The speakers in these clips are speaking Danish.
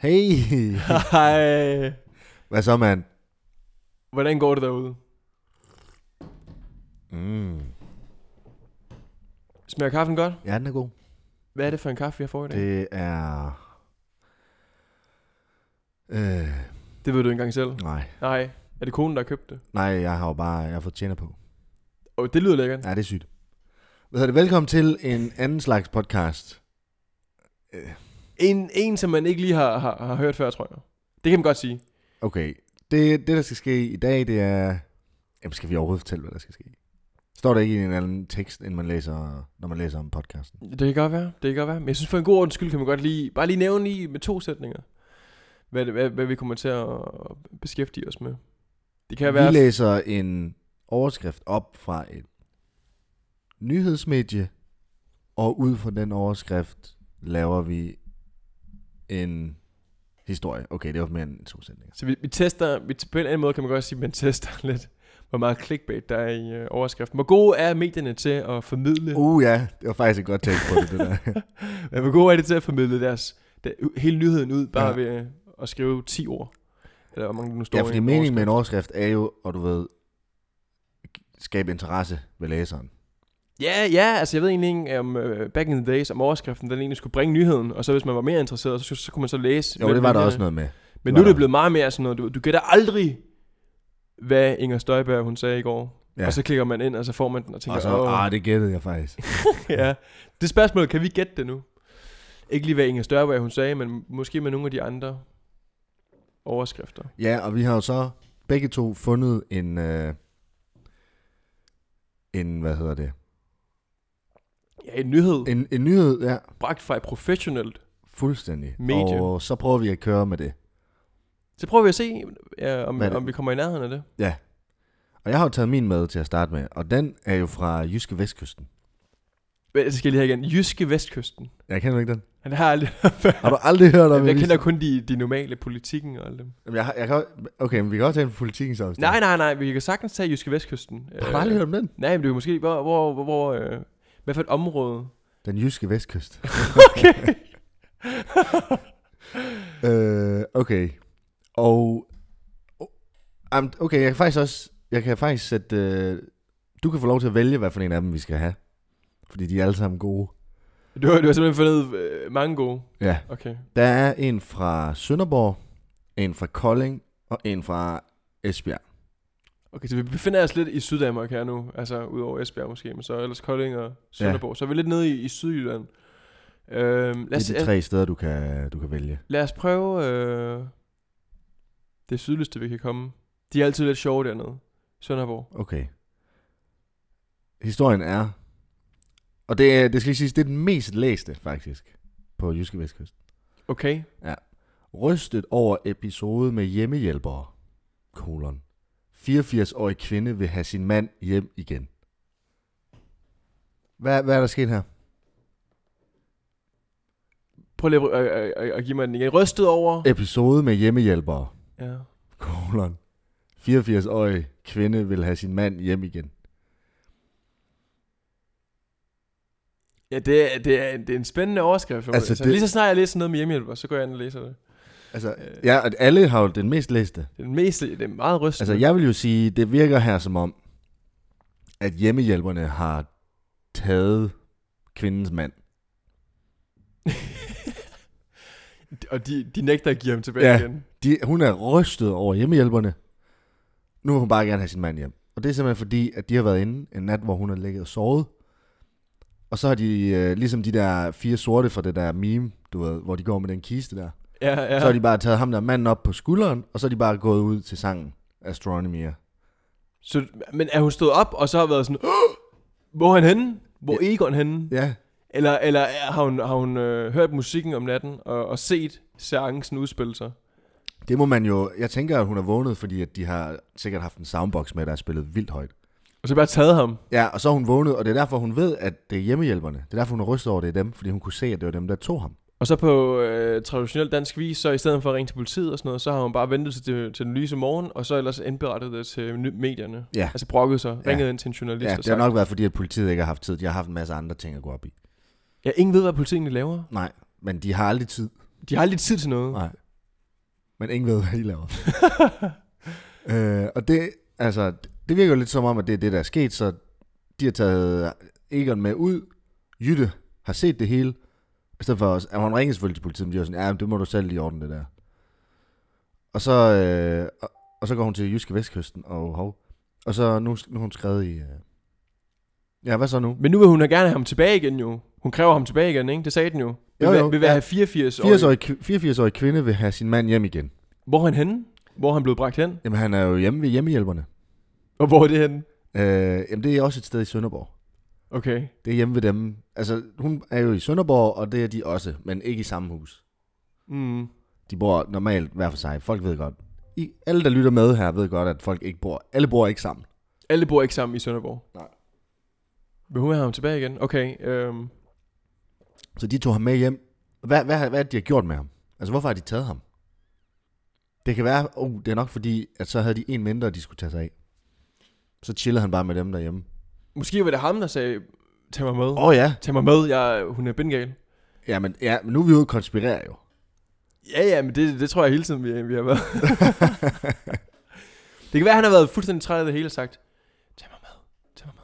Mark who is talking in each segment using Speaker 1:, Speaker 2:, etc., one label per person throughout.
Speaker 1: Hey.
Speaker 2: Hej.
Speaker 1: Hvad så, mand?
Speaker 2: Hvordan går det derude?
Speaker 1: Mm.
Speaker 2: Smager kaffen godt?
Speaker 1: Ja, den er god.
Speaker 2: Hvad er det for en kaffe, vi har fået i dag? Det,
Speaker 1: Det er... Øh,
Speaker 2: det ved du ikke engang selv.
Speaker 1: nej.
Speaker 2: Nej. Er det konen, der har købt det?
Speaker 1: Nej, jeg har jo bare... Jeg har fået tjener på.
Speaker 2: Åh, det lyder lækkert.
Speaker 1: Ja, det er sygt. Hvad hedder det? Velkommen til en anden slags podcast. Øh,
Speaker 2: En, en, som man ikke lige har, har, har hørt før, tror jeg. Det kan man godt sige.
Speaker 1: Okay. Det, det, der skal ske i dag, det er... Jamen, skal vi overhovedet fortælle, hvad der skal ske? Står der ikke i en anden tekst, end man læser, når man læser om podcasten?
Speaker 2: Det kan godt være. Det kan godt være. Men jeg synes, for en god ordens skyld kan man godt lige, bare lige nævne lige med to sætninger, hvad, det- hvad, hvad vi kommer til at beskæftige os med. Det kan være...
Speaker 1: Vi læser en overskrift op fra et nyhedsmedie, og ud fra den overskrift laver vi en historie. Okay, det var mere end to sætninger.
Speaker 2: Så vi, vi tester, vi, på en eller anden måde kan man godt sige, at man tester lidt, hvor meget clickbait der er i øh, overskriften. Hvor gode er medierne til at formidle,
Speaker 1: Uh ja, det var faktisk et godt take på det, det der.
Speaker 2: uh. hvor gode er det til at formidle deres, der, hele nyheden ud, bare
Speaker 1: Ja.
Speaker 2: ja. ved øh, at skrive 10 ord? Eller hvor mange der nu står
Speaker 1: ja,
Speaker 2: i
Speaker 1: fordi
Speaker 2: en
Speaker 1: meningen med en
Speaker 2: overskrift.
Speaker 1: overskrift er jo, og du ved, skabe interesse ved læseren.
Speaker 2: Ja, ja, altså jeg ved egentlig ikke om øh, back in the days, om overskriften, den egentlig skulle bringe nyheden, og så hvis man var mere interesseret, så, så kunne man så læse.
Speaker 1: Jo,
Speaker 2: lidt
Speaker 1: det var der
Speaker 2: mere.
Speaker 1: også noget med. det
Speaker 2: Men
Speaker 1: var
Speaker 2: nu er det
Speaker 1: der.
Speaker 2: blevet meget mere sådan noget, du, du gætter aldrig, hvad Inger Støjberg, hun sagde i går.
Speaker 1: Ja.
Speaker 2: Ja. Og så klikker man ind, og så får man den og tænker,
Speaker 1: Og så,
Speaker 2: "Åh."
Speaker 1: ah, det gættede jeg faktisk.
Speaker 2: ja. Det spørgsmål, kan vi gætte det nu? Ikke lige hvad Inger Størberg hun sagde, men måske med nogle af de andre overskrifter.
Speaker 1: Ja, og vi har jo så begge to fundet en, øh, en hvad hedder det,
Speaker 2: Ja, en nyhed.
Speaker 1: en, en nyhed, ja,
Speaker 2: Bragt fra et professionelt.
Speaker 1: fuldstændig.
Speaker 2: Medie.
Speaker 1: Og så prøver vi at køre med det.
Speaker 2: Så prøver vi at se, ja, om,
Speaker 1: Hvad er det?
Speaker 2: om vi kommer i nærheden af det.
Speaker 1: Og jeg har jo taget min med til at starte med, og den er jo fra Jyske Vestkysten.
Speaker 2: Men så skal jeg lige have igen. Jyske Vestkysten.
Speaker 1: Jeg kender ikke den.
Speaker 2: Han har aldrig hørt
Speaker 1: Har du aldrig hørt om
Speaker 2: om. Jeg
Speaker 1: avisen?
Speaker 2: kender kun de, de normale politikken og alt dem.
Speaker 1: Jamen, jeg, har- jeg kan, godt- okay, men vi kan også tale om politikken så. hvis det
Speaker 2: Nej, nej, nej. Vi kan sagtens tage Jyske Vestkysten. Øh,
Speaker 1: er. Har du aldrig hørt om den?
Speaker 2: Nej, men det er jo måske, hvor, hvor, hvor, hvor øh, hvad for et område?
Speaker 1: Den Jyske Vestkyst.
Speaker 2: Okay.
Speaker 1: øh, okay. Og... oh, am- Okay, jeg kan faktisk også... Jeg kan faktisk sætte... Øh, du kan få lov til at vælge, hvad for en af dem vi skal have. Fordi de er alle sammen gode.
Speaker 2: du, har, du har simpelthen fundet øh, mange gode.
Speaker 1: Ja.
Speaker 2: Okay.
Speaker 1: Der er en fra Sønderborg, en fra Kolding og en fra Esbjerg.
Speaker 2: Okay, så vi befinder os lidt i Syddanmark her nu, altså udover Esbjerg måske, men så ellers Kolding og Sønderborg. Ja. Så er vi lidt nede i, i Sydjylland. Øhm, lad, os,
Speaker 1: det er de tre steder, du kan, du kan vælge.
Speaker 2: lad os prøve øh, det sydligste, vi kan komme. De er altid lidt sjove dernede. Sønderborg.
Speaker 1: Okay. Historien er... Og det, er- det skal lige siges, det er den mest læste, faktisk, på Jyske Vestkyst.
Speaker 2: Okay.
Speaker 1: Rystet over episode med hjemmehjælpere. Kolon. 84-årig kvinde vil have sin mand hjem igen. Hvad, hvad er der sket her?
Speaker 2: Prøv lige at, øh, øh, øh, at give mig den igen. Rystet over.
Speaker 1: Episode med hjemmehjælpere.
Speaker 2: Ja.
Speaker 1: kolon. 84-årig kvinde vil have sin mand hjem igen.
Speaker 2: Ja, det er, det, er, det er en spændende overskrift.
Speaker 1: Altså,
Speaker 2: Altså, så
Speaker 1: det-
Speaker 2: det... Lige så snart jeg læser noget med hjemmehjælper, så går jeg ind og læser det.
Speaker 1: Altså,
Speaker 2: Øh.
Speaker 1: ja, og alle har jo den mest læste.
Speaker 2: Det er, den meste, det er meget rystende.
Speaker 1: Altså, jeg vil jo sige, det virker her som om, at hjemmehjælperne har taget kvindens mand.
Speaker 2: Og de, de nægter at give ham tilbage
Speaker 1: Ja.
Speaker 2: ja. igen.
Speaker 1: De, hun er rystet over hjemmehjælperne. Nu vil hun bare gerne have sin mand hjem. Og det er simpelthen fordi, at de har været inde en nat, hvor hun har ligget og sovet. Og så har de, øh, ligesom de der fire sorte fra det der meme, du ved, hvor de går med den kiste der.
Speaker 2: Ja, ja.
Speaker 1: Så har de bare taget ham der manden op på skulderen, og så er de bare gået ud til sangen Astronomia.
Speaker 2: Så, men er hun stået op, og så har været sådan, "Åh! hvor er han henne? Hvor er Egon henne? Ja.
Speaker 1: Ja,
Speaker 2: Eller, eller er- har hun, har hun øh, hørt musikken om natten, og, og set seancen udspille sig?
Speaker 1: det må man jo... Jeg tænker, at hun er vågnet, fordi at de har sikkert haft en soundbox med, der er spillet vildt højt.
Speaker 2: Og så bare taget ham.
Speaker 1: Ja, og så er hun vågnet, og det er derfor, hun ved, at det er hjemmehjælperne. Det er derfor, hun er rystet over, at det er dem, fordi hun kunne se, at det var dem, der tog ham.
Speaker 2: Og så på øh, traditionel dansk vis, så i stedet for at ringe til politiet og sådan noget, så har hun bare ventet til, til, til den lyse morgen, og så ellers indberettet det til ny- medierne.
Speaker 1: Ja.
Speaker 2: Altså brokket sig,
Speaker 1: Ja.
Speaker 2: ja. ringet ind til en journalist
Speaker 1: Ja,
Speaker 2: og
Speaker 1: det har
Speaker 2: sagt,
Speaker 1: nok været, fordi at politiet ikke har haft tid. De har haft en masse andre ting at gå op i.
Speaker 2: ja, ingen ved, hvad politiet egentlig laver.
Speaker 1: Nej, men de har aldrig tid.
Speaker 2: De har aldrig tid til noget.
Speaker 1: Nej. men ingen ved, hvad de laver. øh, og det, altså, det virker jo lidt som om, at det er det, der er sket, så de har taget Egon med ud, Jytte har set det hele, i stedet for, at hun ringede selvfølgelig til politiet, men de var sådan, ja, men det må du selv lige ordne det der. Og så, øh, og, og så går hun til Jyske Vestkysten og hov. Og så nu, nu er hun skrevet i... Øh... Ja, hvad så nu?
Speaker 2: Men nu vil hun gerne have ham tilbage igen jo. Hun kræver ham tilbage igen, ikke? Det sagde den jo. Vil,
Speaker 1: Jo,
Speaker 2: jo,
Speaker 1: jo,
Speaker 2: jo. vil være
Speaker 1: ja.
Speaker 2: have 84 år.
Speaker 1: 84-årig, kv- 84-årig kvinde vil have sin mand hjem igen.
Speaker 2: Hvor er han henne? Hvor er han blevet bragt hen?
Speaker 1: Jamen, han er jo hjemme ved hjemmehjælperne.
Speaker 2: Og hvor er det henne?
Speaker 1: Øh, jamen, det er også et sted i Sønderborg.
Speaker 2: Okay.
Speaker 1: Det er hjemme ved dem. Altså, hun er jo i Sønderborg, og det er de også, men ikke i samme hus.
Speaker 2: Mm.
Speaker 1: De bor normalt hver for sig. Folk ved godt. I, alle, der lytter med her, ved godt, at folk ikke bor... Alle bor ikke sammen.
Speaker 2: Alle bor ikke sammen i Sønderborg.
Speaker 1: Nej.
Speaker 2: Vil hun have ham tilbage igen? Okay. Øhm.
Speaker 1: Så de tog ham med hjem. Hvad, hvad, hvad er det, de har gjort med ham? Altså, hvorfor har de taget ham? Det kan være, oh, det er nok fordi, at så havde de en mindre, de skulle tage sig af. Så chillede han bare med dem derhjemme.
Speaker 2: Måske var det ham, der sagde, tag mig med.
Speaker 1: Åh oh, ja.
Speaker 2: Tag mig med, jeg, hun er bindgal.
Speaker 1: Ja, men, ja, men nu er vi ude og konspirere jo.
Speaker 2: Ja, ja, men det, det tror jeg hele tiden, vi, vi har været. det kan være, han har været fuldstændig træt af det hele og sagt, tag mig med, tag mig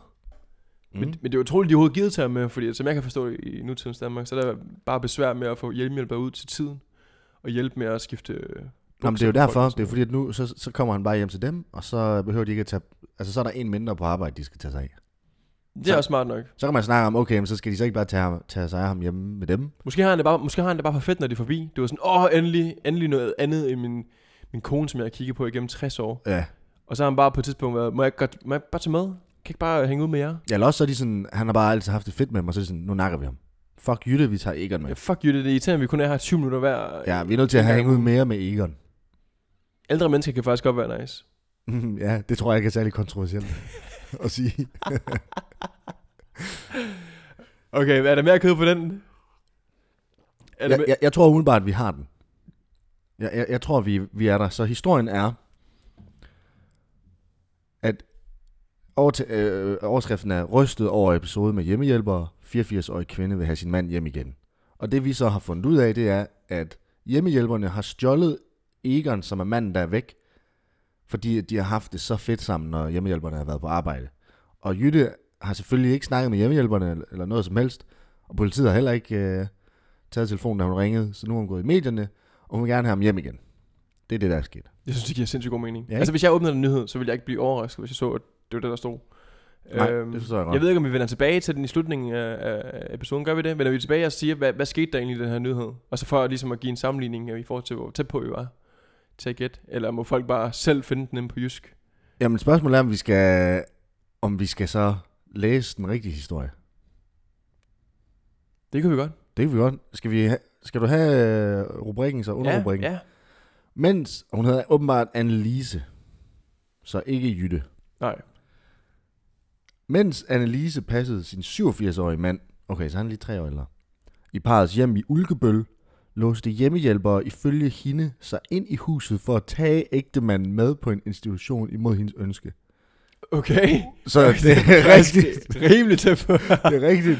Speaker 2: med. Mm. Men, men det er utroligt, de overhovedet givet til ham med, fordi som jeg kan forstå i, i nutidens Danmark, så er der bare besvær med at få hjælpemidler ud til tiden, og hjælpe med at skifte... øh,
Speaker 1: Nå, men det er jo
Speaker 2: bukser på folk
Speaker 1: derfor.
Speaker 2: og
Speaker 1: Det
Speaker 2: sådan
Speaker 1: er fordi, at nu så, så kommer han bare hjem til dem, og så behøver de ikke at tage... Altså, så er der en mindre på arbejde, de skal tage sig af.
Speaker 2: noget. Det er også smart nok.
Speaker 1: Så kan man snakke om, okay, men så skal de så ikke bare tage, ham, tage sig af ham hjemme med dem.
Speaker 2: Måske har han det bare, måske har han det bare for fedt, når det er forbi. Det var sådan, åh, endelig, endelig noget andet end min, min kone, som jeg har kigget på igennem 60 år.
Speaker 1: Ja.
Speaker 2: Og så har han bare på et tidspunkt været, må jeg, godt, må jeg bare tage med? Kan jeg ikke bare hænge ud med jer?
Speaker 1: ja eller også så er de sådan, han har bare altid haft det fedt med dem, og så er de sådan, nu nakker vi ham. Fuck Jytte, vi tager Egon
Speaker 2: Ja,
Speaker 1: med.
Speaker 2: fuck you, det er irriterende, at vi kun er her 20 minutter hver.
Speaker 1: Ja, vi er nødt til at have hænge ud mere med Egon.
Speaker 2: Ældre mennesker kan faktisk godt være nice.
Speaker 1: ja, det tror jeg ikke er særlig kontroversielt at sige.
Speaker 2: Okay, er der mere kød på den? Er der
Speaker 1: Jeg,
Speaker 2: ja, ja.
Speaker 1: jeg, jeg tror umiddelbart, at vi har den. Jeg, jeg, jeg tror, vi, vi er der. Så historien er, at over til, øh, overskriften er rystet over episode med hjemmehjælpere. 84-årig kvinde vil have sin mand hjem igen. Og det vi så har fundet ud af, det er, at hjemmehjælperne har stjålet Egon, som er manden, der er væk, fordi at de har haft det så fedt sammen, når hjemmehjælperne har været på arbejde. Og Jytte har selvfølgelig ikke snakket med hjemmehjælperne eller- eller noget som helst, og politiet har heller ikke... Øh, taget telefonen, da hun ringede, så nu er hun gået i medierne, og hun vil gerne have ham hjem igen. Det er det, der er sket.
Speaker 2: Jeg synes, det giver sindssygt god mening.
Speaker 1: Ja,
Speaker 2: Ja,
Speaker 1: ikke?
Speaker 2: altså, hvis jeg åbnede den nyhed, så ville jeg ikke blive overrasket, hvis jeg så, at det var det, der stod.
Speaker 1: Nej, det forstår jeg godt.
Speaker 2: Øhm, jeg ved ikke, om vi vender tilbage til den i slutningen af, af episoden. Gør vi det? Vender vi tilbage og siger, hvad, hvad skete der egentlig i den her nyhed? Og så for ligesom at give en sammenligning øh, i forhold til, hvor tæt på vi var til at gætte. Eller må folk bare selv finde den inde på Jysk?
Speaker 1: Jamen spørgsmålet er, om vi skal, om vi skal så læse den rigtige historie.
Speaker 2: Det kan vi godt.
Speaker 1: Det kan vi godt. Skal, vi ha- skal du have øh, rubrikken så? Underrubrikken?
Speaker 2: Ja, ja.
Speaker 1: Mens hun hedder åbenbart Annelise, så ikke Jytte.
Speaker 2: Nej.
Speaker 1: Mens Annelise passede sin 87-årige mand, okay, så er han lige tre år ældre, i parets hjem i Ulkebøl, låste hjemmehjælpere ifølge hende sig ind i huset for at tage ægtemanden med på en institution imod hendes ønske.
Speaker 2: Okay.
Speaker 1: Så det er rigtigt.
Speaker 2: Rimelig tæt på.
Speaker 1: Det er rigtigt.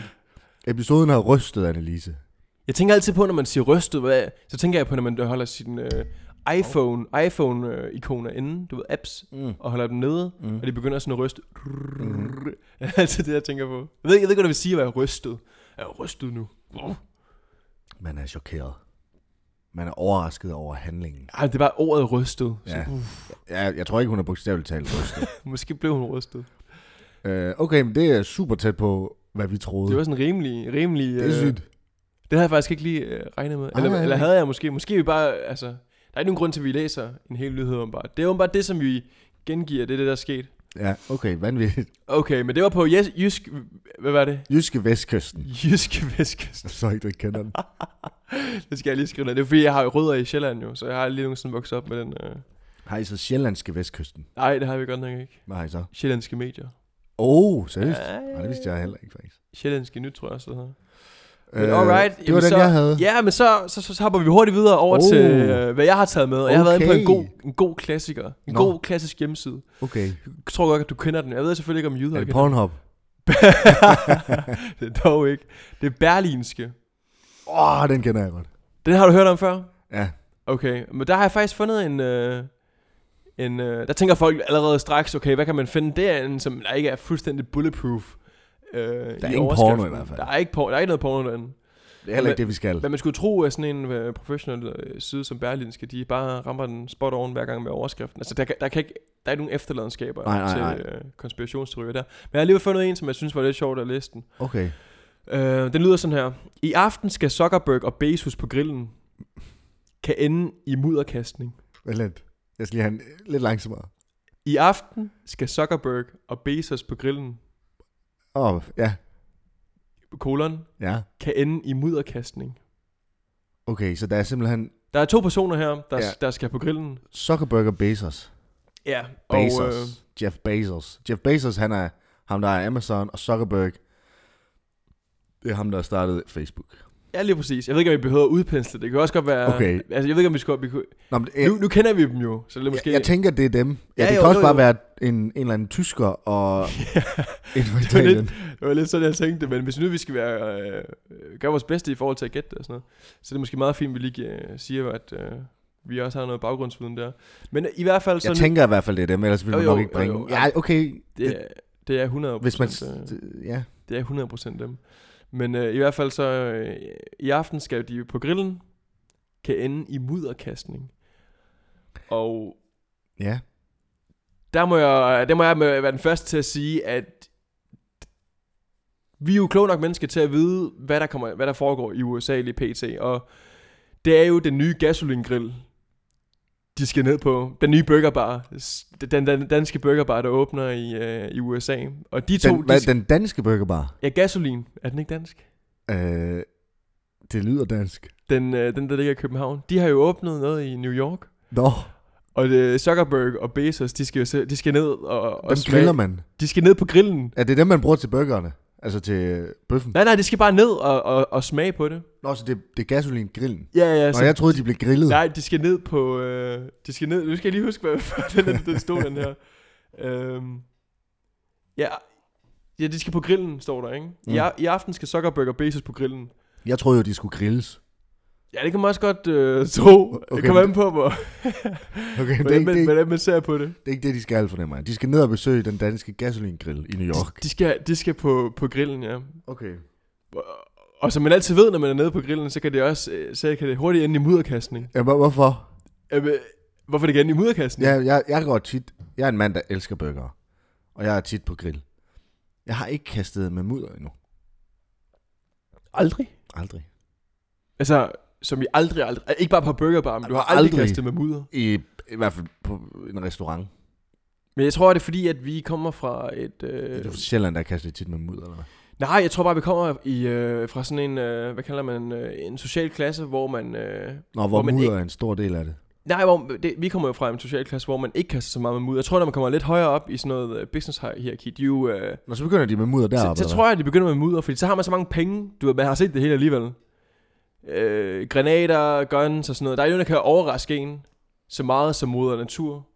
Speaker 1: Episoden har rystet Annelise.
Speaker 2: Jeg tænker altid på, når man siger rystet, hvad, så tænker jeg på, når man holder sin øh, iPhone, iPhone-ikoner inde, du ved, apps,
Speaker 1: Mm.
Speaker 2: og holder dem nede,
Speaker 1: Mm.
Speaker 2: mm. og de begynder sådan at ryste.
Speaker 1: Mhm.
Speaker 2: Mm. Det er altid det, jeg tænker på. Jeg ved, ikke- jeg ved ikke, hvad det vil sige at være rystet. Jeg er rystet nu. Uh.
Speaker 1: Man er chokeret. Man er overrasket over handlingen.
Speaker 2: Ej, det er bare ordet rystet. Så,
Speaker 1: Ja.
Speaker 2: ja. uh,
Speaker 1: Jeg, jeg tror ikke, hun er bogstaveligt talt rystet.
Speaker 2: måske blev hun rystet.
Speaker 1: øh, okay, men det er super tæt på, hvad vi troede.
Speaker 2: Det var sådan rimelig... rimelig
Speaker 1: det er
Speaker 2: øh,
Speaker 1: sygt.
Speaker 2: Det havde jeg faktisk ikke lige øh, regnet med. Eller,
Speaker 1: nej,
Speaker 2: eller
Speaker 1: nej.
Speaker 2: havde jeg måske. Måske vi bare, altså... Der er ikke nogen grund til, at vi læser en hel nyhed om bare. Det er jo bare det, som vi gengiver. Det er det, der er sket.
Speaker 1: Ja, okay, vanvittigt.
Speaker 2: Okay, men det var på Jes- Jysk... Hvad var det?
Speaker 1: Jyske Vestkysten.
Speaker 2: Jyske Vestkyst.
Speaker 1: Så ikke, du ikke kender den.
Speaker 2: Det skal jeg lige skrive ned. Det er fordi, jeg har jo rødder i Sjælland jo, så jeg har lige nogensinde vokset op med den. Øh...
Speaker 1: Har I så sjællandske vestkysten?
Speaker 2: Nej, det har vi godt nok ikke.
Speaker 1: Hvad har I så?
Speaker 2: Sjællandske medier.
Speaker 1: Åh, oh, seriøst? Ja. Nej,
Speaker 2: Ja,
Speaker 1: det vidste jeg heller ikke, faktisk.
Speaker 2: Sjællandske nyt, tror jeg også, det hedder.
Speaker 1: Øh,
Speaker 2: Men alright.
Speaker 1: det var
Speaker 2: jamen
Speaker 1: den,
Speaker 2: så,
Speaker 1: jeg havde.
Speaker 2: Ja, men så, så, så, så hopper vi hurtigt videre over
Speaker 1: Oh.
Speaker 2: oh. til, øh, hvad jeg har taget med. Og Jeg har været inde på en god,
Speaker 1: Okay.
Speaker 2: en god klassiker. En
Speaker 1: Nå.
Speaker 2: Nå. god klassisk hjemmeside.
Speaker 1: Okay.
Speaker 2: Jeg tror godt, at du kender den. Jeg ved selvfølgelig ikke, om jyder
Speaker 1: Er det
Speaker 2: kender
Speaker 1: Pornhub?
Speaker 2: den. det er dog ikke. Det er berlinske.
Speaker 1: Åh, oh, den kender jeg godt.
Speaker 2: Den har du hørt om før?
Speaker 1: Ja.
Speaker 2: Okay, men der har jeg faktisk fundet en... Øh, en øh, der tænker folk allerede straks, okay, hvad kan man finde derinde, som der ikke er fuldstændig bulletproof? Øh, der er
Speaker 1: ingen porno i hvert fald.
Speaker 2: Der er ikke, porno, der er ikke noget porno derinde.
Speaker 1: Det er heller ikke det, vi skal.
Speaker 2: Hvad man skulle tro at sådan en øh, professionel øh, side som Berlinske, de bare rammer den spot on hver gang med overskriften. Altså, der, kan- der, kan ikke, der er ikke nogen efterladenskaber
Speaker 1: Nej, nej,
Speaker 2: til
Speaker 1: nej.
Speaker 2: Øh, konspirationsteorier der. Men jeg har alligevel fundet en, som jeg synes var lidt sjovt at læse den.
Speaker 1: Okay.
Speaker 2: Øh, den lyder sådan her. I aften skal Zuckerberg og Bezos på grillen. Kan ende i mudderkastning.
Speaker 1: Vent lidt. Jeg skal lige have en øh, lidt langsommere.
Speaker 2: I aften skal Zuckerberg og Bezos på grillen.
Speaker 1: Åh, oh, ja.
Speaker 2: Kolon.
Speaker 1: Ja.
Speaker 2: Kan ende i mudderkastning.
Speaker 1: Okay, så der er simpelthen
Speaker 2: Der er to personer her, der,
Speaker 1: Ja.
Speaker 2: ja. der skal på grillen.
Speaker 1: Zuckerberg og Bezos.
Speaker 2: Ja.
Speaker 1: Bezos.
Speaker 2: Og, øh,
Speaker 1: Jeff Bezos. Jeff Bezos, han er ham, der er Amazon, og Zuckerberg, det er ham, der startede Facebook.
Speaker 2: ja, lige præcis. Jeg ved ikke, om vi behøver at udpensle. Det kan også godt være...
Speaker 1: Okay.
Speaker 2: Altså, jeg ved ikke, om vi skal... Vi kunne,
Speaker 1: Nå, men, øh,
Speaker 2: nu, nu kender vi dem jo, så det er måske...
Speaker 1: Jeg, jeg tænker, det er dem. Ja, ja
Speaker 2: Ja,
Speaker 1: det
Speaker 2: jo,
Speaker 1: kan også
Speaker 2: jo,
Speaker 1: bare
Speaker 2: jo.
Speaker 1: være en, en eller anden tysker og en fra
Speaker 2: det, var
Speaker 1: Italien.
Speaker 2: lidt, det var lidt sådan, jeg tænkte, men hvis nu vi skal være, øh, gøre vores bedste i forhold til at gætte det og sådan noget, så er det måske meget fint, at vi lige øh, siger, at øh, vi også har noget baggrundsviden der. Men i hvert fald
Speaker 1: Jeg
Speaker 2: sådan,
Speaker 1: tænker i hvert fald, det er dem, ellers ville
Speaker 2: Jo,
Speaker 1: man nok
Speaker 2: jo,
Speaker 1: ikke bringe.
Speaker 2: jo, jo.
Speaker 1: Ja, okay.
Speaker 2: det, er, det er 100
Speaker 1: Hvis man...
Speaker 2: øh,
Speaker 1: d- Ja.
Speaker 2: det er 100 dem. Men øh, i hvert fald så, øh, i aften skal de på grillen, kan ende i mudderkastning. Og
Speaker 1: Ja.
Speaker 2: der må jeg, der må jeg være den første til at sige, at vi er jo kloge nok mennesker til at vide, hvad der, kommer, hvad der foregår i USA lige pt. Og det er jo den nye gasolingrill, de skal ned på. Den nye burgerbar. S- Den, den danske burgerbar, der åbner i, øh, i USA. Og de to...
Speaker 1: Den,
Speaker 2: de
Speaker 1: hvad,
Speaker 2: skal,
Speaker 1: den danske burgerbar.
Speaker 2: ja, gasolin. Er den ikke dansk?
Speaker 1: Øh, det lyder dansk.
Speaker 2: Den, øh, den, der ligger i København. De har jo åbnet noget i New York.
Speaker 1: Nå,
Speaker 2: Og øh, Zuckerberg og Bezos, de skal, jo se- de skal ned og, og
Speaker 1: dem griller man.
Speaker 2: De skal ned på grillen.
Speaker 1: Er det dem, man bruger til burgerne? Altså til øh, bøffen?
Speaker 2: Nej, nej, de skal bare ned og, og, og smage på det.
Speaker 1: Nå, så det, det er gasolingrillen.
Speaker 2: Ja, ja.
Speaker 1: Nå, jeg troede, de blev grillet.
Speaker 2: Nej, de skal ned på... Øh, de skal ned... Nu skal jeg lige huske, hvad den, den stod, den her. Øhm, ja, ja, de skal på grillen, står der, ikke? Mm. I,
Speaker 1: Mm.
Speaker 2: a- I aften skal Zuckerberg og Bezos på grillen.
Speaker 1: Jeg troede jo, de skulle grilles.
Speaker 2: Ja, det kan man også godt øh, tro. Okay,
Speaker 1: Okay,
Speaker 2: det kommer
Speaker 1: men-
Speaker 2: an på, hvor,
Speaker 1: Okay, det er,
Speaker 2: hvordan,
Speaker 1: ikke,
Speaker 2: man,
Speaker 1: det, er ikke,
Speaker 2: hvordan man ser på det.
Speaker 1: det er ikke det, de skal fornemmer jeg. De skal ned og besøge den danske gasolingrill i New York.
Speaker 2: De skal, de skal på, på grillen, ja.
Speaker 1: Okay.
Speaker 2: Og som man altid ved, når man er nede på grillen, så kan det også øh, så kan det hurtigt ende i mudderkastning.
Speaker 1: Ja, hvor- hvorfor?
Speaker 2: Øh, men hvorfor det kan ende i mudderkastning?
Speaker 1: Ja, jeg, jeg går tit... Jeg er en mand, der elsker burger. Og jeg er tit på grill. Jeg har ikke kastet med mudder endnu.
Speaker 2: Aldrig.
Speaker 1: Aldrig.
Speaker 2: Altså, som I aldrig, aldrig... øh, Ikke bare på burgerbar, men du har aldrig,
Speaker 1: Aldrig.
Speaker 2: aldrig. kastet med mudder.
Speaker 1: I, I hvert fald på en restaurant.
Speaker 2: Men jeg tror, det er fordi, at vi kommer fra et...
Speaker 1: Øh.
Speaker 2: Øh,
Speaker 1: Det er fra Sjælland, der kaster tit med mudder, eller hvad?
Speaker 2: nej, jeg tror bare, vi kommer i, øh, fra sådan en... Øh, hvad kalder man? Øh, en social klasse, hvor man... Øh,
Speaker 1: Nå, hvor,
Speaker 2: Hvor
Speaker 1: hvor
Speaker 2: man
Speaker 1: mudder
Speaker 2: ikke-
Speaker 1: er en stor del af det.
Speaker 2: nej, hvor, det, vi kommer jo fra en social klasse, hvor man ikke kaster så meget med mudder. Jeg tror, når man kommer lidt højere op i sådan noget øh, business-hierarki, de er jo... Øh,
Speaker 1: Nå, så begynder de med mudder
Speaker 2: så,
Speaker 1: deroppe,
Speaker 2: så
Speaker 1: eller
Speaker 2: tror jeg, de begynder med mudder, fordi så har man så mange penge. Du ved, man har set det hele alligevel. Øh, granater, guns og sådan noget. Der er jo, der kan overraske en så meget som moder natur.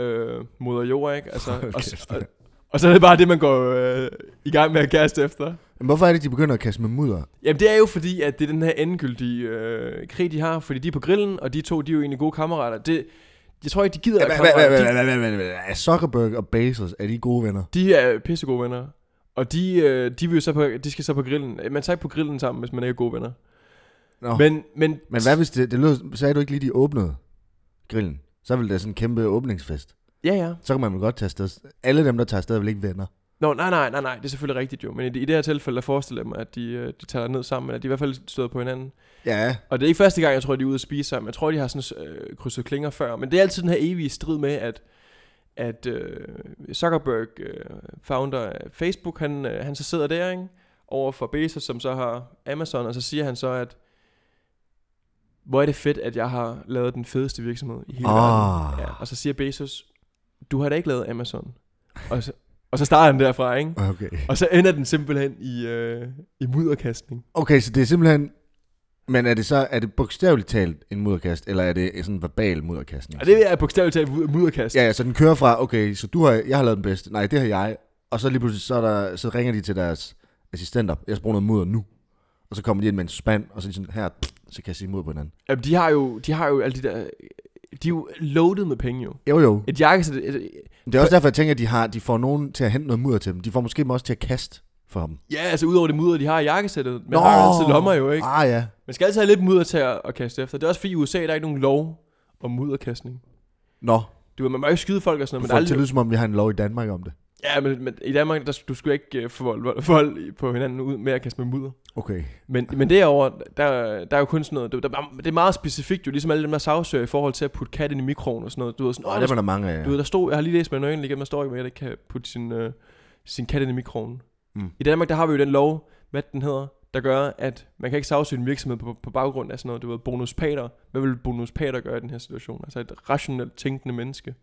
Speaker 2: Øh, moder jord, ikke? Altså,
Speaker 1: Hold
Speaker 2: og,
Speaker 1: kæft,
Speaker 2: og,
Speaker 1: mand.
Speaker 2: og, så er det bare det, man går øh, i gang med at kaste efter.
Speaker 1: hvad? Men hvorfor er det, de begynder at kaste med mudder?
Speaker 2: Jamen, det er jo fordi, at det er den her endegyldige øh, krig, de har. Fordi de er på grillen, og de to, de er jo egentlig gode kammerater. Det, jeg tror ikke, de gider
Speaker 1: Ja,
Speaker 2: at
Speaker 1: hvad- hvad-
Speaker 2: kammerater.
Speaker 1: hvad-
Speaker 2: De-
Speaker 1: hvad- hvad- hvad- hvad- Er Zuckerberg og Bezos, er de gode venner?
Speaker 2: De er pissegode venner. Og de, øh, de, vil jo så på, de skal så på grillen. Øh, Man tager ikke på grillen sammen, hvis man ikke er gode venner.
Speaker 1: Nå.
Speaker 2: Men, men,
Speaker 1: Men hvad hvis det, det lød, sagde du ikke lige, de åbnede grillen? Så ville det sådan en kæmpe åbningsfest.
Speaker 2: Ja, ja.
Speaker 1: Så kan man vel godt tage afsted. Alle dem, der tager afsted, er vel ikke venner.
Speaker 2: Nå, nej, nej, nej, nej. Det er selvfølgelig rigtigt jo. Men i, det- i det her tilfælde, der forestiller jeg mig, at de, øh, de tager ned sammen, eller at de i hvert fald støder på hinanden.
Speaker 1: Ja,
Speaker 2: Og det er ikke første gang, jeg tror, de er ude at spise sammen. Jeg tror, de har sådan øh, krydset klinger før. Men det er altid den her evige strid med, at at øh, Zuckerberg, øh, founder af Facebook, han, øh, han så sidder der, ikke? Over for Bezos, som så har Amazon, og så siger han så, at hvor er det fedt, at jeg har lavet den fedeste virksomhed i hele verden.
Speaker 1: Ah.
Speaker 2: Ja, og så siger Bezos, du har da ikke lavet Amazon. Og så, og så starter han derfra, ikke?
Speaker 1: Okay.
Speaker 2: Og så ender den simpelthen i, øh, i mudderkastning.
Speaker 1: Okay, så det er simpelthen... Men er det så, er det bogstaveligt talt en mudderkast, eller er det sådan en verbal mudderkastning?
Speaker 2: Og det er bogstaveligt talt mud- mudderkast.
Speaker 1: Ja, ja, så den kører fra, okay, så du har, jeg har lavet den bedste. Nej, det har jeg. Og så lige pludselig, så, er der, så ringer de til deres assistenter. Jeg skal bruge noget mudder nu. Og så kommer de ind med en spand, og så er de sådan, her, så kaster de mod på hinanden.
Speaker 2: Jamen, de har jo, de har jo alle de der... De er jo loaded med penge jo.
Speaker 1: Jo, jo.
Speaker 2: Et jakkesæt... et-
Speaker 1: Det er også derfor, jeg tænker, at de, har, de får nogen til at hente noget mudder til dem. De får måske dem også til at kaste for dem.
Speaker 2: Ja, altså udover det mudder, de har i jakkesættet. Men har jo altid lommer jo, ikke?
Speaker 1: Ah, ja.
Speaker 2: Man skal altid have lidt mudder til at, at kaste efter. Det er også fordi i USA, der er ikke nogen lov om mudderkastning.
Speaker 1: Nå,
Speaker 2: Du ved, man må ikke skyde folk og sådan
Speaker 1: du
Speaker 2: noget,
Speaker 1: får
Speaker 2: men
Speaker 1: det til at
Speaker 2: aldrig...
Speaker 1: lyde, som om vi har en lov i Danmark om det.
Speaker 2: Ja, men, men, i Danmark, der, du skulle ikke uh, forvolde folk på hinanden ud med at kaste med mudder.
Speaker 1: Okay.
Speaker 2: Men, men derover der, der er jo kun sådan noget, der, der, det er meget specifikt jo, ligesom alle dem der sagsøger i forhold til at putte kat ind i mikroen og sådan noget. Du ved, sådan,
Speaker 1: Nå,
Speaker 2: oh,
Speaker 1: det
Speaker 2: der,
Speaker 1: var der mange af.
Speaker 2: du ved, der stod, jeg har lige læst med nøglen igennem, der står ikke med, at jeg ikke kan putte sin, øh, sin kat ind i mikroen.
Speaker 1: Mm.
Speaker 2: I Danmark, der har vi jo den lov, hvad den hedder, der gør, at man kan ikke sagsøge en virksomhed på, på baggrund af sådan noget, du ved, bonuspater. Hvad vil bonuspater gøre i den her situation? Altså et rationelt tænkende menneske.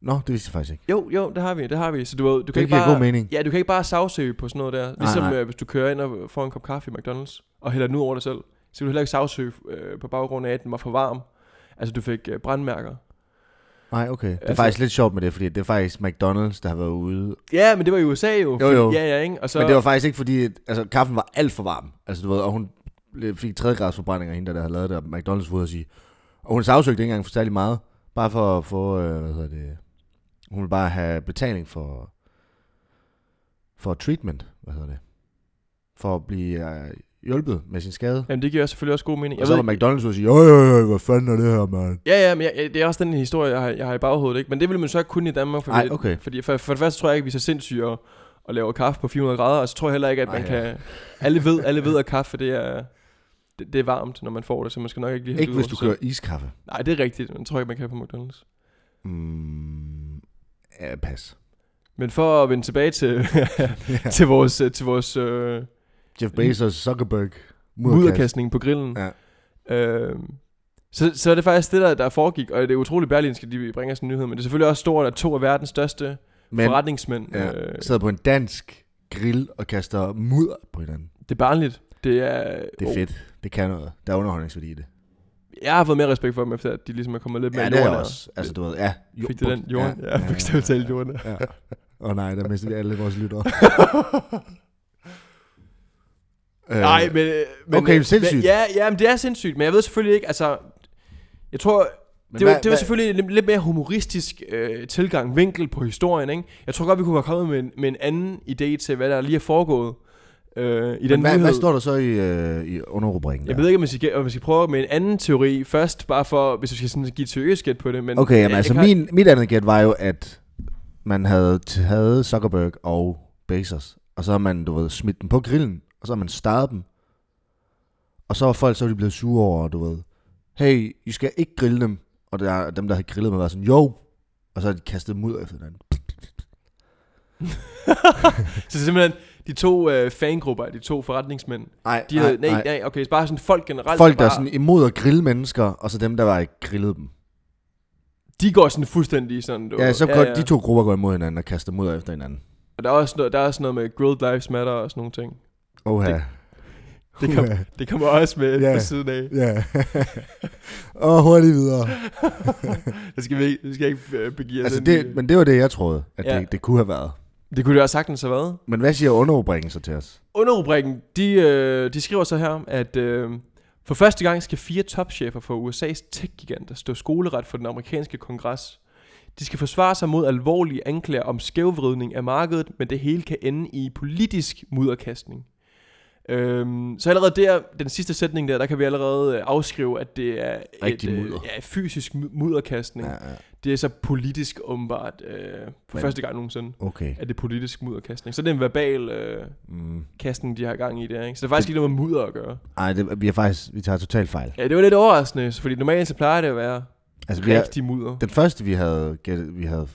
Speaker 1: Nå, det vidste jeg faktisk ikke.
Speaker 2: Jo, jo, det har vi, det har vi. Så du, ved, du kan
Speaker 1: Det
Speaker 2: ikke
Speaker 1: giver
Speaker 2: bare...
Speaker 1: god mening.
Speaker 2: Ja, du kan ikke bare sagsøge på sådan noget der. Ligesom
Speaker 1: nej.
Speaker 2: Øh, hvis du kører ind og får en kop kaffe i McDonald's, og hælder den ud over dig selv, så kan du heller ikke sagsøge øh, på baggrund af, at den var for varm. Altså, du fik øh, brandmærker.
Speaker 1: Nej, okay. Det er
Speaker 2: Altså-
Speaker 1: faktisk lidt sjovt med det, fordi det er faktisk McDonald's, der har været ude.
Speaker 2: Ja, men det var i USA jo.
Speaker 1: Jo, jo.
Speaker 2: Ja, ja, ikke? Og så,
Speaker 1: Så... Men det var faktisk ikke, fordi at, altså, kaffen var alt for varm. Altså, du ved, og hun blev- fik tredjegradsforbrænding af hende, der, der havde lavet det, og McDonald's var ude at sige. Og hun sagsøgte ikke engang for særlig meget, bare for at få, øh, hvad hedder det, hun ville bare have betaling for, for treatment, hvad hedder det, for at blive øh, hjulpet med sin skade.
Speaker 2: Jamen, det giver selvfølgelig også god mening.
Speaker 1: og så var McDonald's ude og sige, jo, jo, jo, hvad fanden er det her, mand?
Speaker 2: Ja, ja, men jeg, jeg- det er også den historie, jeg har, jeg har i baghovedet, ikke? Men det vil man så ikke kun i Danmark, fordi,
Speaker 1: Nej, okay.
Speaker 2: fordi for, for det første tror jeg ikke, vi er så sindssyge og, og laver kaffe på 400 grader, og så tror jeg heller ikke, at man
Speaker 1: Nej,
Speaker 2: kan...
Speaker 1: ja.
Speaker 2: Alle ved, alle ved, at kaffe, det er... Det, det er varmt, når man får det, så man skal nok ikke lige have
Speaker 1: Ikke
Speaker 2: det ud
Speaker 1: hvis
Speaker 2: over
Speaker 1: du
Speaker 2: sig selv.
Speaker 1: kører iskaffe.
Speaker 2: Nej, det er rigtigt. Den tror jeg ikke, man kan på McDonald's.
Speaker 1: Mm, ja, pas.
Speaker 2: Men for at vende tilbage til,
Speaker 1: Ja.
Speaker 2: til vores, øh, til vores øh,
Speaker 1: Jeff Bezos, Zuckerberg, mudderkast.
Speaker 2: mudderkastning på grillen,
Speaker 1: Ja.
Speaker 2: øh, så, så er det faktisk det, der, der foregik, og det er utroligt berlinsk, at de bringer sådan en nyhed, men det er selvfølgelig også stort, at to af verdens største men,
Speaker 1: Men
Speaker 2: forretningsmænd,
Speaker 1: ja.
Speaker 2: ja. øh,
Speaker 1: sidder på en dansk grill og kaster mudder på hinanden.
Speaker 2: det er barnligt. Det er,
Speaker 1: Det er oh. fedt. Det kan noget. Der er underholdningsværdi i det.
Speaker 2: Jeg har fået mere respekt for dem, efter at de ligesom er kommet lidt mere
Speaker 1: Ja, det er
Speaker 2: jordnære.
Speaker 1: jeg også. Altså, du ved, ja. Jo,
Speaker 2: Fik det den jorden? Ja, ja bogstaveligt talt jorden.
Speaker 1: Ja. Åh oh, nej, der mister vi alle vores lyttere. Øh,
Speaker 2: Nej, men... øh, men
Speaker 1: okay,
Speaker 2: øh,
Speaker 1: sindssygt.
Speaker 2: Men, ja, ja, men det er sindssygt, men jeg ved selvfølgelig ikke, altså... Jeg tror,
Speaker 1: men
Speaker 2: det, var,
Speaker 1: hvad-
Speaker 2: det var
Speaker 1: hvad-
Speaker 2: selvfølgelig en lidt- lidt mere humoristisk øh, tilgang, vinkel på historien, ikke? Jeg tror godt, vi kunne have kommet med en, med en anden idé til, hvad der lige er foregået øh, i den
Speaker 1: men hvad,
Speaker 2: nyhed.
Speaker 1: hvad står der så i, øh, i underrubrikken?
Speaker 2: jeg
Speaker 1: der?
Speaker 2: ved ikke, om vi, skal, om vi skal prøve med en anden teori først, bare for, hvis vi skal sådan give et seriøst gæt på det. Men
Speaker 1: Okay, jamen,
Speaker 2: jeg-
Speaker 1: altså
Speaker 2: jeg kan-
Speaker 1: min, mit andet gæt var jo, at man havde taget Zuckerberg og Bezos, og så har man, du ved, smidt dem på grillen, og så har man startet dem. Og så var folk, så var de blevet sure over, du ved, hey, I skal ikke grille dem. Og der, dem, der havde grillet mig, var sådan, jo. Og så har de kastet dem ud efter hinanden.
Speaker 2: Så simpelthen, de to øh, fangrupper, de to forretningsmænd,
Speaker 1: Nej,
Speaker 2: de havde, nej, nej, okay, så bare sådan folk generelt.
Speaker 1: Folk, der er
Speaker 2: bare,
Speaker 1: sådan imod at grille mennesker, og så dem, der var ikke grillede dem.
Speaker 2: De går sådan fuldstændig sådan... Du,
Speaker 1: Ja, så ja, godt, de to grupper går imod hinanden og kaster dem ud efter hinanden.
Speaker 2: Og der er også noget, der er også noget med Grilled Lives Matter og sådan nogle ting.
Speaker 1: Oha.
Speaker 2: Det- Det kommer,
Speaker 1: Uha.
Speaker 2: det kommer også med
Speaker 1: Ja.
Speaker 2: på siden af.
Speaker 1: Ja. og hurtigt videre.
Speaker 2: Det skal vi ikke, vi skal ikke øh, begive os
Speaker 1: Altså
Speaker 2: ind i,
Speaker 1: det,
Speaker 2: øh.
Speaker 1: men det var det, jeg troede, at ja.
Speaker 2: Ja.
Speaker 1: det, det kunne have været.
Speaker 2: det kunne det også sagtens have været.
Speaker 1: Men hvad siger underrubrikken så til os?
Speaker 2: Under rubrikken, de, øh, de skriver så her, at øh, for første gang skal fire topchefer for USA's tech-giganter stå skoleret for den amerikanske kongres. De skal forsvare sig mod alvorlige anklager om skævvridning af markedet, men det hele kan ende i politisk mudderkastning. Øhm, så allerede der, den sidste sætning der, der kan vi allerede øh, afskrive, at det er
Speaker 1: Rigtig
Speaker 2: øh,
Speaker 1: mudder.
Speaker 2: ja, fysisk mu- mudderkastning. Ja.
Speaker 1: Ja, ja,
Speaker 2: Det er så politisk åbenbart øh, for
Speaker 1: Men-
Speaker 2: første gang nogensinde,
Speaker 1: okay.
Speaker 2: at det er politisk mudderkastning. Så det er en verbal... Øh,
Speaker 1: Mm.
Speaker 2: kastning, de har gang i der, ikke? Så det er faktisk ikke noget med mudder at gøre.
Speaker 1: Ej, det, vi er faktisk, vi tager totalt fejl.
Speaker 2: Ja, det var lidt overraskende, fordi normalt så plejer det at være
Speaker 1: Altså, vi
Speaker 2: ja.
Speaker 1: er,
Speaker 2: rigtig mudder.
Speaker 1: den første, vi havde, gættet- vi havde,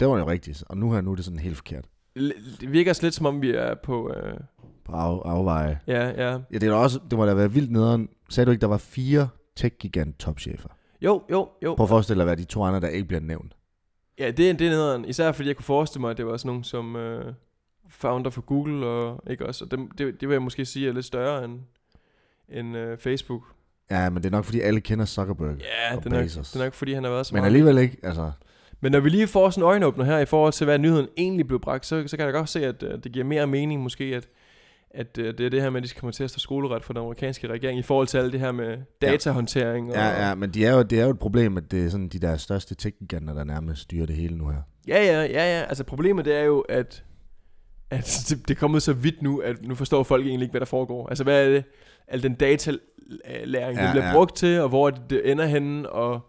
Speaker 1: det var jo rigtigt, og nu her, nu er det sådan helt forkert.
Speaker 2: L- Det virker også lidt som om, vi er på... Øh,
Speaker 1: På af, afveje.
Speaker 2: ja, ja.
Speaker 1: Ja, det, er da også, det må da være vildt nederen. Sagde du ikke, der var fire tech-gigant topchefer?
Speaker 2: Jo, jo, jo.
Speaker 1: Prøv at forestille dig, hvad de to andre, der ikke bliver nævnt.
Speaker 2: Ja, det, det er nederen. Især fordi jeg kunne forestille mig, at det var sådan nogen som øh, founder for Google, og ikke også. Og dem, det, det vil jeg måske sige er lidt større end, end øh, Facebook.
Speaker 1: Ja, men det er nok, fordi alle kender Zuckerberg.
Speaker 2: Ja,
Speaker 1: Og
Speaker 2: det er, nok,
Speaker 1: Bezos.
Speaker 2: det er nok, fordi han har været så
Speaker 1: men
Speaker 2: meget.
Speaker 1: alligevel ikke, altså.
Speaker 2: Men når vi lige får sådan en øjenåbner her i forhold til, hvad nyheden egentlig blev bragt, så, så kan jeg da godt se, at øh, det giver mere mening måske, at, at øh, det er det her med, at de skal komme til at stå skoleret for den amerikanske regering i forhold til alt det her med datahåndtering. Og,
Speaker 1: Ja, ja, men de er jo, det er jo et problem, at det er sådan de der største tech-giganter, der nærmest styrer det hele nu her.
Speaker 2: Ja, ja, ja, ja. Altså problemet det er jo, at, at det, det er kommet så vidt nu, at nu forstår folk egentlig ikke, hvad der foregår. Altså hvad er det? Al den datalæring, ja,
Speaker 1: Ja,
Speaker 2: den bliver
Speaker 1: ja.
Speaker 2: ja. brugt til, og hvor er det, det ender henne, og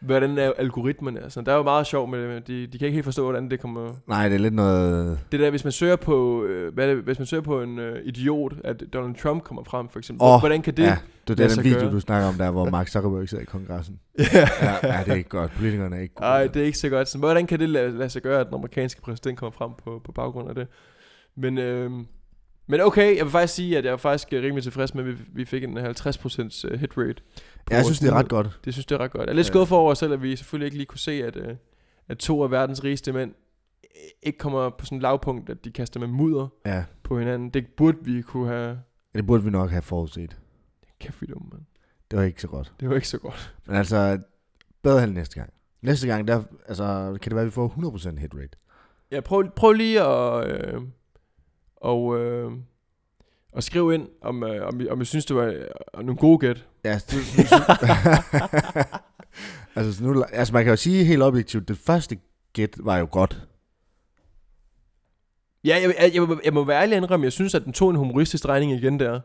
Speaker 2: hvordan er algoritmerne. Altså, der er jo meget sjov med det. De, de kan ikke helt forstå, hvordan det kommer...
Speaker 1: Nej, det er lidt noget...
Speaker 2: Det der, hvis man søger på, øh, hvad er det, hvis man søger på en øh, idiot, at Donald Trump kommer frem, for eksempel.
Speaker 1: Åh,
Speaker 2: hvordan kan det...
Speaker 1: ja, det er
Speaker 2: lade
Speaker 1: den
Speaker 2: sig
Speaker 1: video,
Speaker 2: gøre?
Speaker 1: du snakker om der, hvor Mark Zuckerberg sidder i kongressen.
Speaker 2: Ja.
Speaker 1: Ja, ja det er ikke godt. Politikerne er ikke gode.
Speaker 2: Nej, det er ikke så godt. Så hvordan kan det lade, lade sig gøre, at den amerikanske præsident kommer frem på, på baggrund af det? Men, øh, men okay, jeg vil faktisk sige, at jeg er faktisk øh, rimelig tilfreds med, at vi, vi fik en 50% øh, hit rate. på
Speaker 1: Ja, jeg
Speaker 2: vores
Speaker 1: synes, det er ret
Speaker 2: nyhed.
Speaker 1: godt.
Speaker 2: Det synes jeg er ret godt. Jeg er lidt skuffet over os selv, at vi selvfølgelig ikke lige kunne se, at, øh, at to af verdens rigeste mænd øh, ikke kommer på sådan et lavpunkt, at de kaster med mudder
Speaker 1: Ja,
Speaker 2: på hinanden. Det burde vi kunne have...
Speaker 1: det burde vi nok have forudset.
Speaker 2: Kæft, vi er dumme, mand.
Speaker 1: Det var ikke så godt.
Speaker 2: Det var ikke så godt.
Speaker 1: Men altså, bedre held næste gang. Næste gang, der, altså, kan det være, at vi får 100% hit rate.
Speaker 2: Ja, prøv, prøv lige at... Øh, og, øh, og skrive ind, om, øh, om, I- om jeg synes, det var øh, nogle gode gæt.
Speaker 1: Ja, det, det, det, altså, så nu, altså, man kan jo sige helt objektivt, det første gæt var jo godt.
Speaker 2: Ja, jeg, jeg, jeg, må- jeg må være ærlig og indrømme, jeg synes, at den tog en humoristisk regning igen der.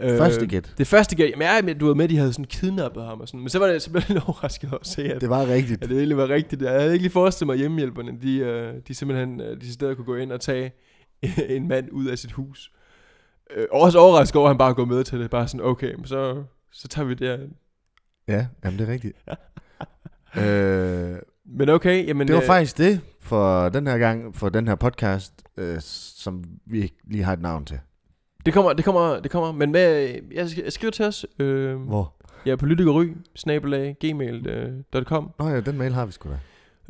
Speaker 2: Øh,
Speaker 1: Første gæt.
Speaker 2: Det første gæt. Jamen, jeg, men du var med, de havde sådan kidnappet ham og sådan. Men så var det så blev jeg lidt overrasket over at se, at,
Speaker 1: Det var rigtigt.
Speaker 2: at det egentlig var rigtigt. Jeg havde ikke lige forestillet mig, at hjemmehjælperne, de, øh, de simpelthen øh, de steder kunne gå ind og tage en mand ud af sit hus. Øh, også overrasket over, at han bare går med til det. Bare sådan, okay, men så, så tager vi det her.
Speaker 1: Ja, jamen, det er rigtigt. øh,
Speaker 2: Men okay, jamen...
Speaker 1: det var
Speaker 2: øh,
Speaker 1: faktisk det for den her gang, for den her podcast, øh, som vi ikke lige har et navn til.
Speaker 2: Mm. Det kommer, det kommer, det kommer. Men med, øh, jeg, sk- jeg skriver til os. Øh,
Speaker 1: Hvor?
Speaker 2: jeg er på lyttekery, snabelag, gmail.com.
Speaker 1: Nå ja, den mail har vi sgu da.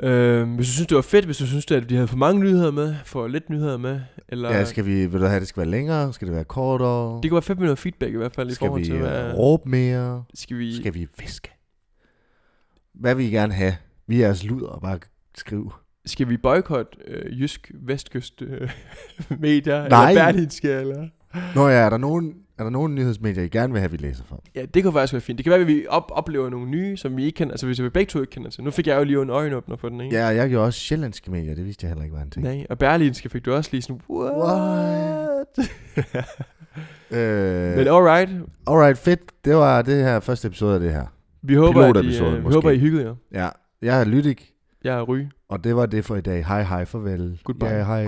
Speaker 2: Øh, hvis du synes, det var fedt, hvis du synes, at vi havde for mange nyheder med, for lidt nyheder med, eller...
Speaker 1: Ja, skal vi, vil du have, det skal være længere? Skal det være kortere?
Speaker 2: Det kunne være fedt med noget feedback i hvert fald i
Speaker 1: skal
Speaker 2: forhold
Speaker 1: vi
Speaker 2: til,
Speaker 1: øh,
Speaker 2: hvad...
Speaker 1: råbe mere?
Speaker 2: Skal vi...
Speaker 1: Skal vi viske? Hvad vil I gerne have? Vi er jeres luder, bare skriv.
Speaker 2: Skal vi boykotte øh, Jysk Vestkyst øh, medier?
Speaker 1: Nej.
Speaker 2: Eller Berlinske, eller...
Speaker 1: Nå ja, er der nogen, er der nogen nyhedsmedier, I gerne vil have, vi læser for?
Speaker 2: Ja, det kunne faktisk være fint. Det kan være, at vi op- oplever nogle nye, som vi ikke kender. Altså, hvis vi begge to ikke kender til. Nu fik jeg jo lige en øjenåbner for den, ikke?
Speaker 1: Ja, og jeg gjorde også sjællandske medier, det vidste jeg heller ikke var en ting.
Speaker 2: Nej, og Berlinske fik du også lige sådan... What?
Speaker 1: What? Øh,
Speaker 2: Men alright.
Speaker 1: alright, fedt. Det var det her første episode af det her.
Speaker 2: Vi håber, at I,
Speaker 1: Pilotepisode,
Speaker 2: øh, vi
Speaker 1: måske.
Speaker 2: håber, I hyggede jer.
Speaker 1: Ja, jeg er Lydik,
Speaker 2: Jeg er Ry.
Speaker 1: og det var det for i dag. Hej, hej, farvel.
Speaker 2: Goodbye.
Speaker 1: Ja, hej.